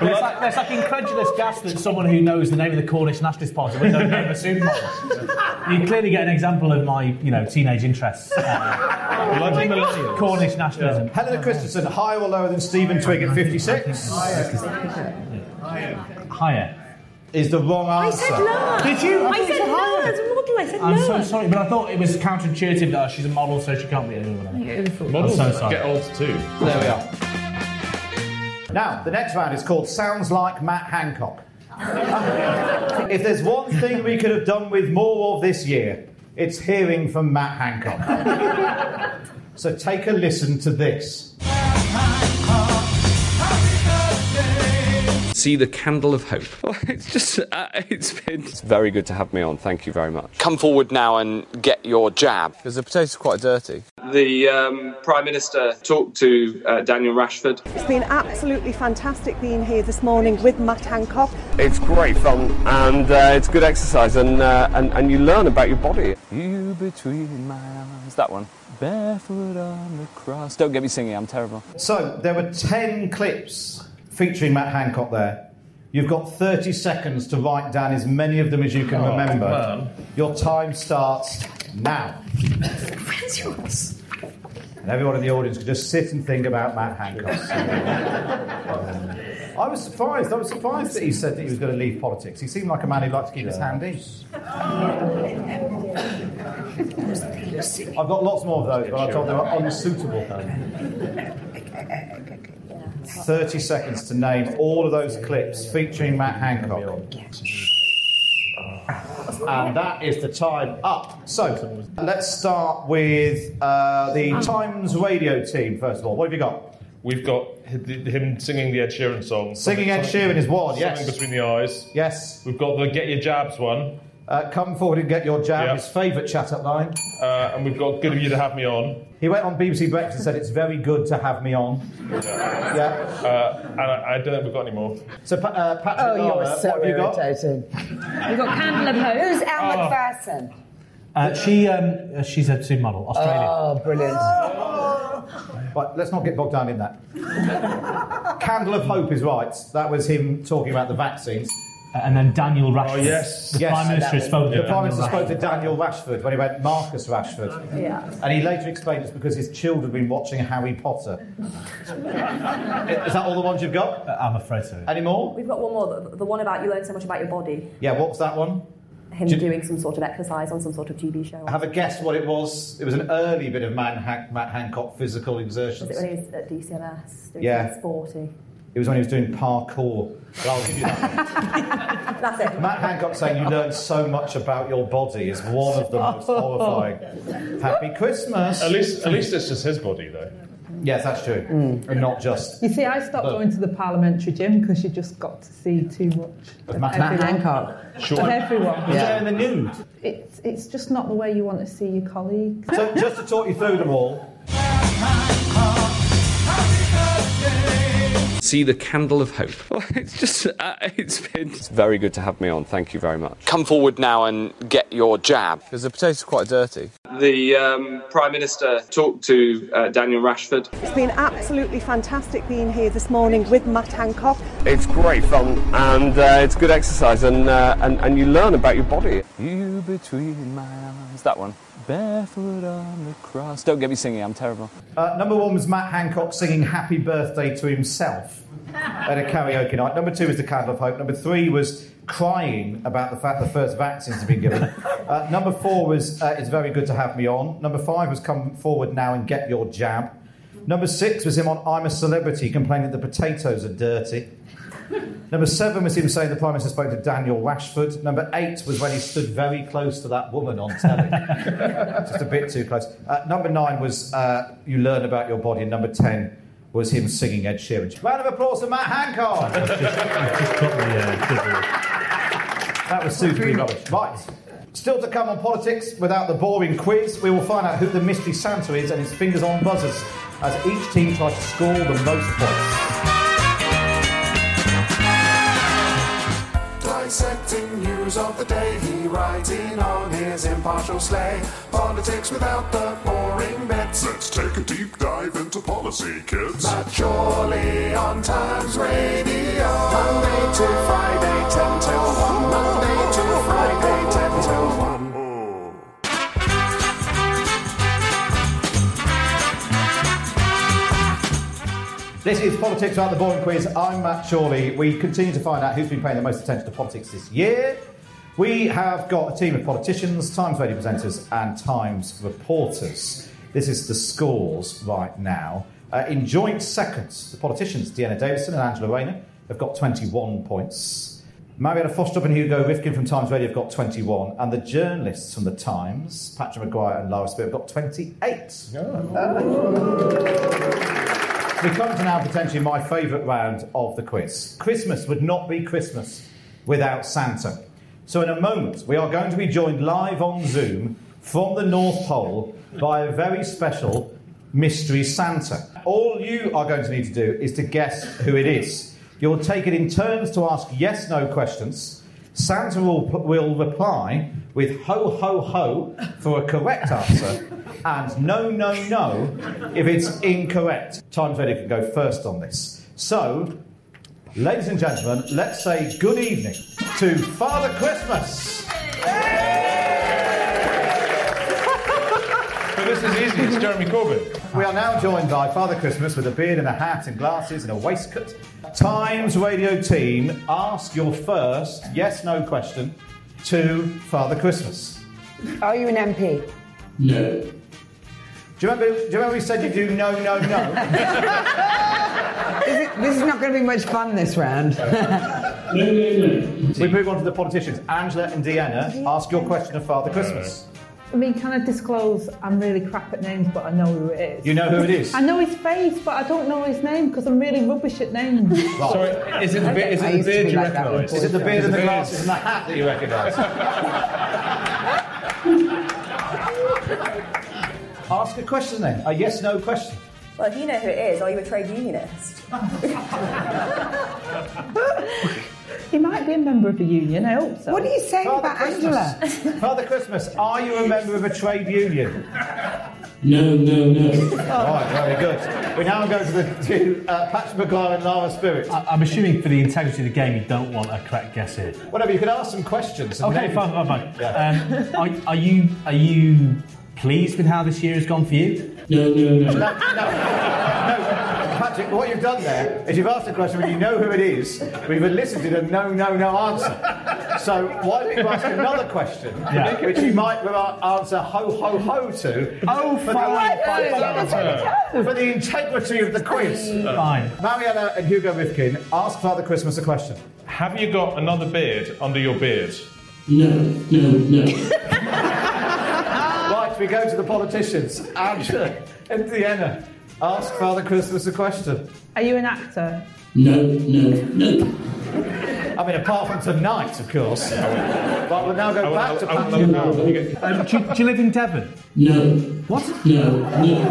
S5: There's like, there's like incredulous gasp that someone who knows the name of the Cornish Nationalist Party would know the name of a supermodel. You clearly get an example of my, you know, teenage interests. Uh,
S1: Bloody millennials.
S5: Cornish nationalism.
S1: Helena Christensen, higher or lower than Stephen Twigg at 56?
S5: Higher.
S1: Is the wrong
S5: I
S1: answer.
S5: said lower. Did you? I
S10: I
S5: thought you
S10: said
S5: said
S10: lower.
S5: higher.
S10: As a model, I said
S5: I'm
S10: lower.
S5: so sorry, but I thought it was counterintuitive that oh, she's a model, so she can't be a woman. I'm
S4: Models
S5: so sorry.
S4: get old too.
S1: There we are. Now, the next round is called Sounds Like Matt Hancock. if there's one thing we could have done with more of this year, it's hearing from Matt Hancock. so take a listen to this.
S13: See the candle of hope. it's just, uh, it's been. It's very good to have me on. Thank you very much. Come forward now and get your jab. Because the potatoes are quite dirty. The um, Prime Minister talked to uh, Daniel Rashford.
S14: It's been absolutely fantastic being here this morning with Matt Hancock.
S15: It's great fun and uh, it's good exercise and, uh, and and you learn about your body.
S13: You between my arms. That one. Barefoot on the cross. Don't get me singing, I'm terrible.
S1: So there were 10 clips featuring Matt Hancock there. You've got 30 seconds to write down as many of them as you can
S4: Oh,
S1: remember.
S4: man.
S1: Your time starts now.
S10: Where's yours?
S1: And everyone in the audience could just sit and think about Matt Hancock. I was surprised. I was surprised that he said that he was going to leave politics. He seemed like a man who liked to keep his hand in. I've got lots more of those, but I told them are unsuitable. 30 seconds to name all of those clips featuring Matt Hancock. And that is the time up. So
S2: Ah.
S1: let's start with uh, the Times radio team, first of all. What have you got?
S4: We've got hi- the- him singing the Ed Sheeran song.
S1: Singing Ed Sheeran is one, yes.
S4: Something between the eyes.
S1: Yes.
S4: We've got the Get Your Jabs one.
S1: Uh, come forward and get your jab, his favourite chat up line.
S4: Uh, and we've got Good of You to Have Me On.
S1: He went on BBC Breakfast and said, It's very good to have me on.
S4: Yeah.
S1: Yeah.
S4: Uh, and I, I don't think we've got any more.
S1: So, Pa- uh, Patrick
S2: Oh,
S1: Lara,
S2: you're so
S1: what have you got?
S2: irritating. We've got Candle of Hope. Who's Al
S1: Oh.
S2: McPherson?
S5: Uh, she, um, uh, she's a supermodel, Australian.
S2: Oh, brilliant.
S1: Right, let's not get bogged down in that. Candle of Hope is right. That was him talking about the vaccines.
S5: and then Daniel Rashford. The Prime Minister spoke to
S1: The Prime Minister
S5: Daniel
S1: spoke to
S5: Rashford.
S1: Daniel Rashford when he went Marcus Rashford.
S10: Yeah.
S1: And he later explained it's because his children have been watching Harry Potter. Is that all the ones you've got?
S5: Uh, I'm afraid so.
S1: Any more?
S10: We've got one more. The, the one about you learn so much about your body.
S1: Yeah, what was that one?
S10: Him
S1: Do-
S10: doing some sort of exercise on some sort of TV show.
S1: Have a guess what it was. It was an early bit of Man Han- Matt Hancock physical
S10: Was
S1: exertions.
S10: it when he was at DCMS? Doing
S1: Yeah.
S10: something Sporty.
S1: It was when he was doing parkour. But I'll give you that.
S10: That's it.
S1: Matt Hancock saying you learn so much about your body is one of the most horrifying. Happy Christmas.
S4: At least, at least it's just his body, though.
S1: Yes, that's true. And not just.
S3: You see, I stopped going to the parliamentary gym because you just got to see too much of
S1: Matt- Matt
S3: everyone.
S1: Hancock. Sure.
S3: Of everyone.
S1: Was Yeah. there in the nude?
S3: It's, it's just not the way you want to see your colleagues.
S1: So just to talk you through them all.
S13: See the candle of hope.
S15: it's just, uh, it's been.
S13: It's very good to have me on. Thank you very much. Come forward now and get your jab. Because the potatoes are quite dirty. The um, Prime Minister talked to uh, Daniel Rashford.
S14: It's been absolutely fantastic being here this morning with Matt Hancock.
S15: It's great fun and uh, it's good exercise and, uh, and, and you learn about your body.
S16: You between my eyes. That one. Barefoot on the cross. Don't get me singing, I'm terrible.
S1: Uh, number one was Matt Hancock singing Happy Birthday to himself at a karaoke night. Number two was The Candle of Hope. Number three was crying about the fact the first vaccines have been given. Uh, number four was uh, It's Very Good to Have Me On. Number five was Come Forward Now and Get Your Jab. Number six was him on I'm a Celebrity complaining that the potatoes are dirty. Number seven was him saying the Prime Minister spoke to Daniel Rashford. Number eight was when he stood very close to that woman on telly. Just a bit too close. Uh, number nine was uh, you learn about your body. And number ten was him singing Ed Sheeran. Round of applause for Matt Hancock. that was super rubbish. Right. Still to come on politics without the boring quiz, we will find out who the mystery Santa is and his fingers on buzzers as each team tries to score the most points.
S17: Dissecting news of the day, he riding on his impartial sleigh. Politics without the boring bits. Let's take a deep dive into policy, kids. Matt Chorley on Times Radio. Monday to Friday, 10 till 1. Monday to Friday, 10 till 1.
S1: This is Politics Without the Boring Quiz. I'm Matt Shawley. We continue to find out who's been paying the most attention to politics this year. We have got a team of politicians, Times radio presenters, and Times reporters. This is the scores right now. Uh, in joint seconds, the politicians Deanna Davison and Angela Rayner have got 21 points. Marietta Fostrop and Hugo Rifkin from Times Radio have got 21, and the journalists from the Times, Patrick Maguire and Lara Spear, have got 28. We come to now potentially my favourite round of the quiz. Christmas would not be Christmas without Santa. So, in a moment, we are going to be joined live on Zoom from the North Pole by a very special mystery Santa. All you are going to need to do is to guess who it is. You'll take it in turns to ask yes no questions. Santa will, will reply with ho ho ho for a correct answer and no no no if it's incorrect. Times Radio can go first on this. So, ladies and gentlemen, let's say good evening to Father Christmas.
S4: But this is easy. It's Jeremy Corbyn.
S1: We are now joined by Father Christmas with a beard and a hat and glasses and a waistcoat. Times radio team, ask your first yes no question to Father Christmas.
S2: Are you an MP?
S1: No. Do you remember? Do you remember we said you do no, no, no?
S2: This is, this is not going to be much fun this round.
S1: we move on to the politicians. Angela and Deanna, ask your question of Father Christmas.
S3: I mean, can I disclose? I'm really crap at names, but I know who it is.
S1: You know who it is?
S3: I know his face, but I don't know his name because I'm really rubbish at names.
S4: Sorry, is it the, be- is it the beard you recognise?
S1: Is it the beard and the glasses and the hat that you recognise? Ask a question then. A yes no question.
S10: Well, if you know who it is, are you a trade unionist?
S3: He might be a member of a union. I hope so.
S2: What are you saying about Angela?
S1: Father Christmas, are you a member of a trade union?
S18: No, no, no.
S1: Right, very good. We now go to the to uh, Patch McGuire and Lara Spirit.
S5: I- I'm assuming for the integrity of the game, you don't want a correct guess here.
S1: Whatever, you can ask some questions. and
S5: Okay,
S1: then-
S5: fine, fine, fine. Um, are, are you are you pleased with how this year has gone for you?
S18: No, no,
S1: No, no, no, Patrick, what you've done there is you've asked a question when you know who it is, but you've elicited a no, no, no answer. So why don't you ask another question,
S5: Yeah.
S1: which you might well answer ho, ho, ho to? Oh, for
S5: fine,
S1: the,
S5: fine,
S1: for the integrity of the quiz.
S5: Fine.
S1: Mariana and Hugo Rifkin, ask Father Christmas a question.
S4: Have you got another beard under your beard?
S18: No, no, no.
S1: Right, we go to the politicians. Angela and Deanna, ask Father Christmas a question.
S3: Are you an actor?
S18: No, no, no.
S1: I mean, apart from tonight, of course. Right, we'll now go back to Patrick.
S5: Um, do, you- do you live in Devon?
S18: No.
S5: What?
S18: No, no.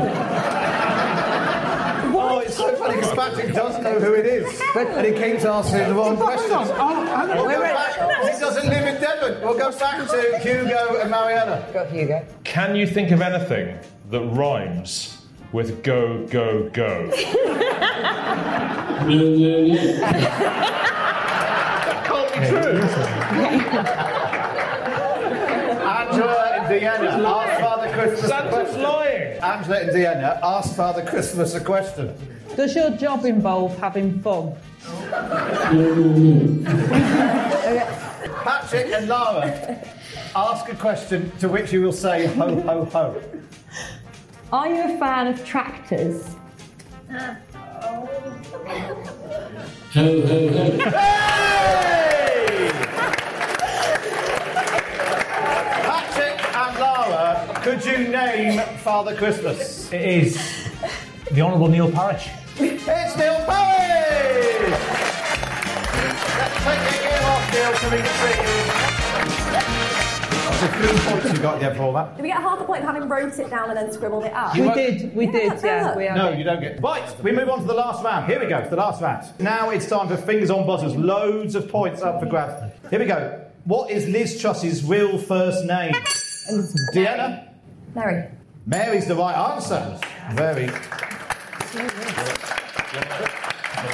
S1: Oh, it's so funny because Patrick does know who it is, and he keeps asking the wrong questions.
S2: hang on.
S1: We'll
S2: Wait,
S1: go
S2: wait.
S1: back- He doesn't live in Devon. We'll go back to Hugo and Mariana.
S2: Go, Hugo.
S4: Can you think of anything that rhymes with go, go, go?
S18: No, no, no.
S1: That can't be true. Angela and Deanna, ask Father Christmas a question. lying. Angela and Deanna, ask Father Christmas a question.
S3: Does your job involve having fun?
S13: uh,
S1: Patrick and Lara, ask a question to which you will say ho, ho, ho.
S7: Are you a fan of tractors?
S18: Ho, ho, ho.
S1: Patrick and Lara, could you name Father Christmas?
S5: It is the Honourable Neil Parish.
S1: It's Neil Parry! Let's take your ear off, Neil, so we can That's a few points you got there for all that.
S10: Did we get half a point for having wrote it down and then scribbled it up?
S1: You
S3: we
S1: won't-
S3: did, we did,
S10: that's
S3: yeah.
S10: it.
S3: We had
S1: No,
S3: it.
S1: you don't get. Right, we move on to the last round. Here we go, to the last round. Now it's time for fingers on buzzers. Loads of points up for grabs. Here we go. What is Liz Truss's real first name? Deanna?
S10: Mary.
S1: Mary's the right answer. Very.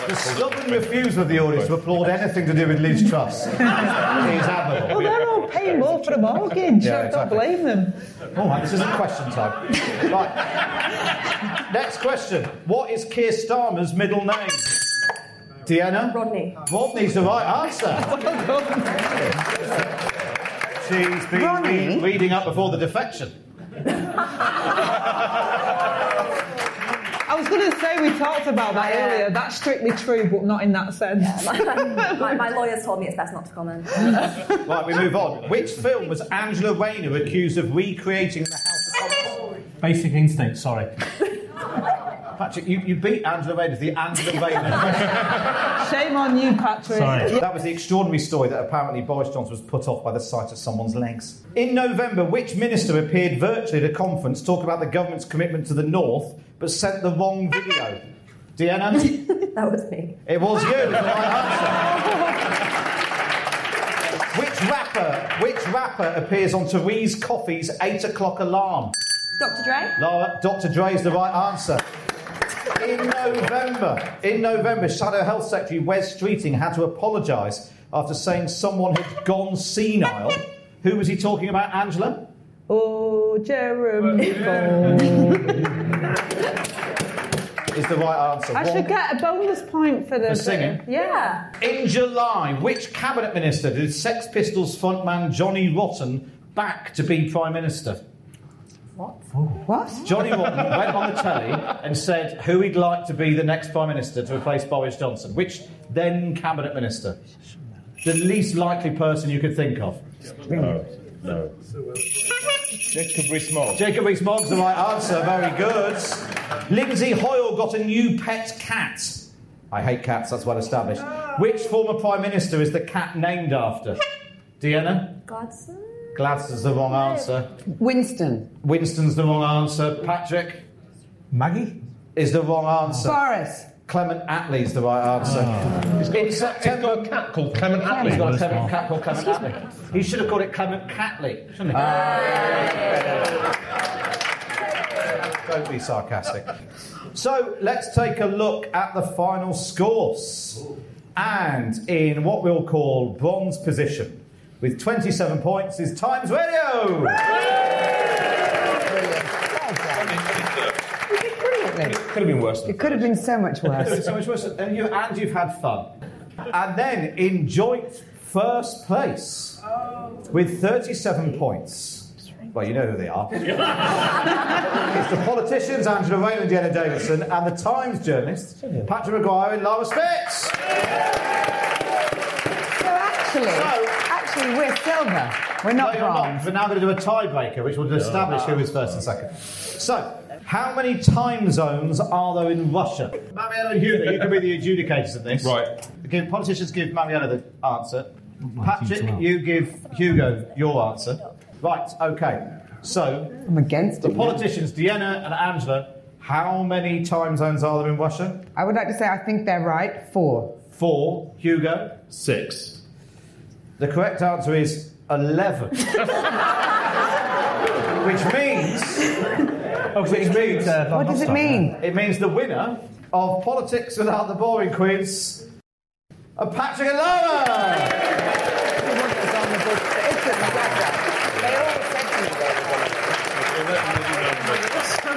S1: The stubborn refusal of the audience to applaud anything to do with Liz Truss is admirable.
S3: Well, they're all paying more for a mortgage.
S1: Yeah,
S3: I
S1: exactly.
S3: don't blame them.
S1: All right, this isn't question time. Right. Next question. What is Keir Starmer's middle name? Deanna?
S10: Rodney.
S1: Rodney's the right answer. She's been re- reading up before the defection.
S3: I was going to say we talked about that
S10: Yeah.
S3: earlier. That's strictly true, but not in that sense.
S10: my, my lawyers told me it's best not to comment.
S1: Right, we move on. Which film was Angela Rayner accused of recreating the House of Commons?
S5: Basic Instinct, sorry.
S1: Patrick, you, you beat Angela Rayner to the Angela Rayner.
S3: Shame on you, Patrick.
S5: Sorry.
S1: that was the extraordinary story that apparently Boris Johnson was put off by the sight of someone's legs. In November, which minister appeared virtually at a conference to talk about the government's commitment to the North but sent the wrong video? Deanna?
S10: That was me.
S1: It was you, is the right answer. Which rapper, which rapper appears on Therese Coffey's 8 o'clock alarm?
S10: Dr. Dre?
S1: Lara, Dr. Dre is the right answer. In November, in November, Shadow Health Secretary Wes Streeting had to apologise after saying someone had gone senile. Who was he talking about, Angela?
S3: Oh, Jeremy. Corbyn.
S1: Is the right answer.
S3: I
S1: One-
S3: should get a bonus point for the
S1: For singing?
S3: Yeah.
S1: In July, which cabinet minister did Sex Pistols frontman Johnny Rotten back to be prime minister?
S3: What?
S1: Johnny Rotten went on the telly and said who he'd like to be the next prime minister to replace Boris Johnson. Which then cabinet minister? The least likely person you could think of.
S4: No, no. Jacob Rees-Mogg.
S1: Jacob Rees-Mogg's the right answer. Very good. Lindsay Hoyle got a new pet cat. I hate cats. That's well established. Which former prime minister is the cat named after? Deanna.
S10: Gladstone?
S1: Gladstone's the wrong answer.
S2: Winston.
S1: Winston's the wrong answer. Patrick. Maggie is the wrong answer.
S2: Boris.
S1: Clement Attlee's the right answer. It's got, a cat called Clement
S4: Attlee.
S1: He's got a
S4: Well,
S1: Clement
S4: that's
S1: cat called Clement Attlee. He should have called it Clement Catley, Ah. shouldn't he? Don't be sarcastic. So let's take a look at the final scores. And in what we'll call bronze position, with 27 points, is Times Radio.
S2: Brilliantly.
S1: Could have been worse than
S2: It could have been so much worse.
S1: so much worse. And, you, and you've had fun. And then in joint first place with 37 points. Well, you know who they are. it's the politicians Angela Raymond, Jenna Davidson, and the Times journalists Patrick McGuire and Lara Spitz.
S2: Actually, actually, we're silver. We're not
S1: no, you're
S2: wrong.
S1: Not. We're now going to do a tiebreaker, which will establish who is first and second. So, how many time zones are there in Russia? Mariella Huda, you can be the adjudicators of this. Right. Give, politicians give Mariella the answer. Patrick, you give Hugo your answer. Right, okay. So,
S2: I'm against
S1: the
S2: it.
S1: politicians, Deanna and Angela, how many time zones are there in Russia?
S2: I would like to say I think they're right. Four.
S1: Four. Hugo? Six. The correct answer is 11. Which means. which Oh, means uh,
S2: What does it mean?
S1: It means the winner of Politics Without the Boring Quiz, uh, Patrick and Lara!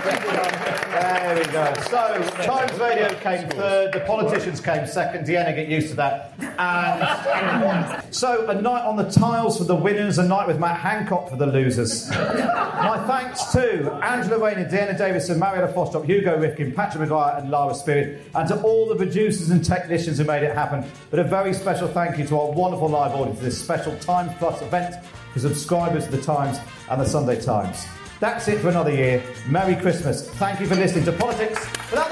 S1: There we go. So, Times Radio came third, the politicians came second. Deanna, get used to that. And so, a night on the tiles for the winners, a night with Matt Hancock for the losers. My thanks to Angela Rayner, Deanna Davidson, Mariella Fostrop, Hugo Rifkin, Patrick McGuire, and Lara Spirit, and to all the producers and technicians who made it happen. But a very special thank you to our wonderful live audience for this special Time Plus event for subscribers to the Times and the Sunday Times. That's it for another year. Merry Christmas. Thank you for listening to Politics Without the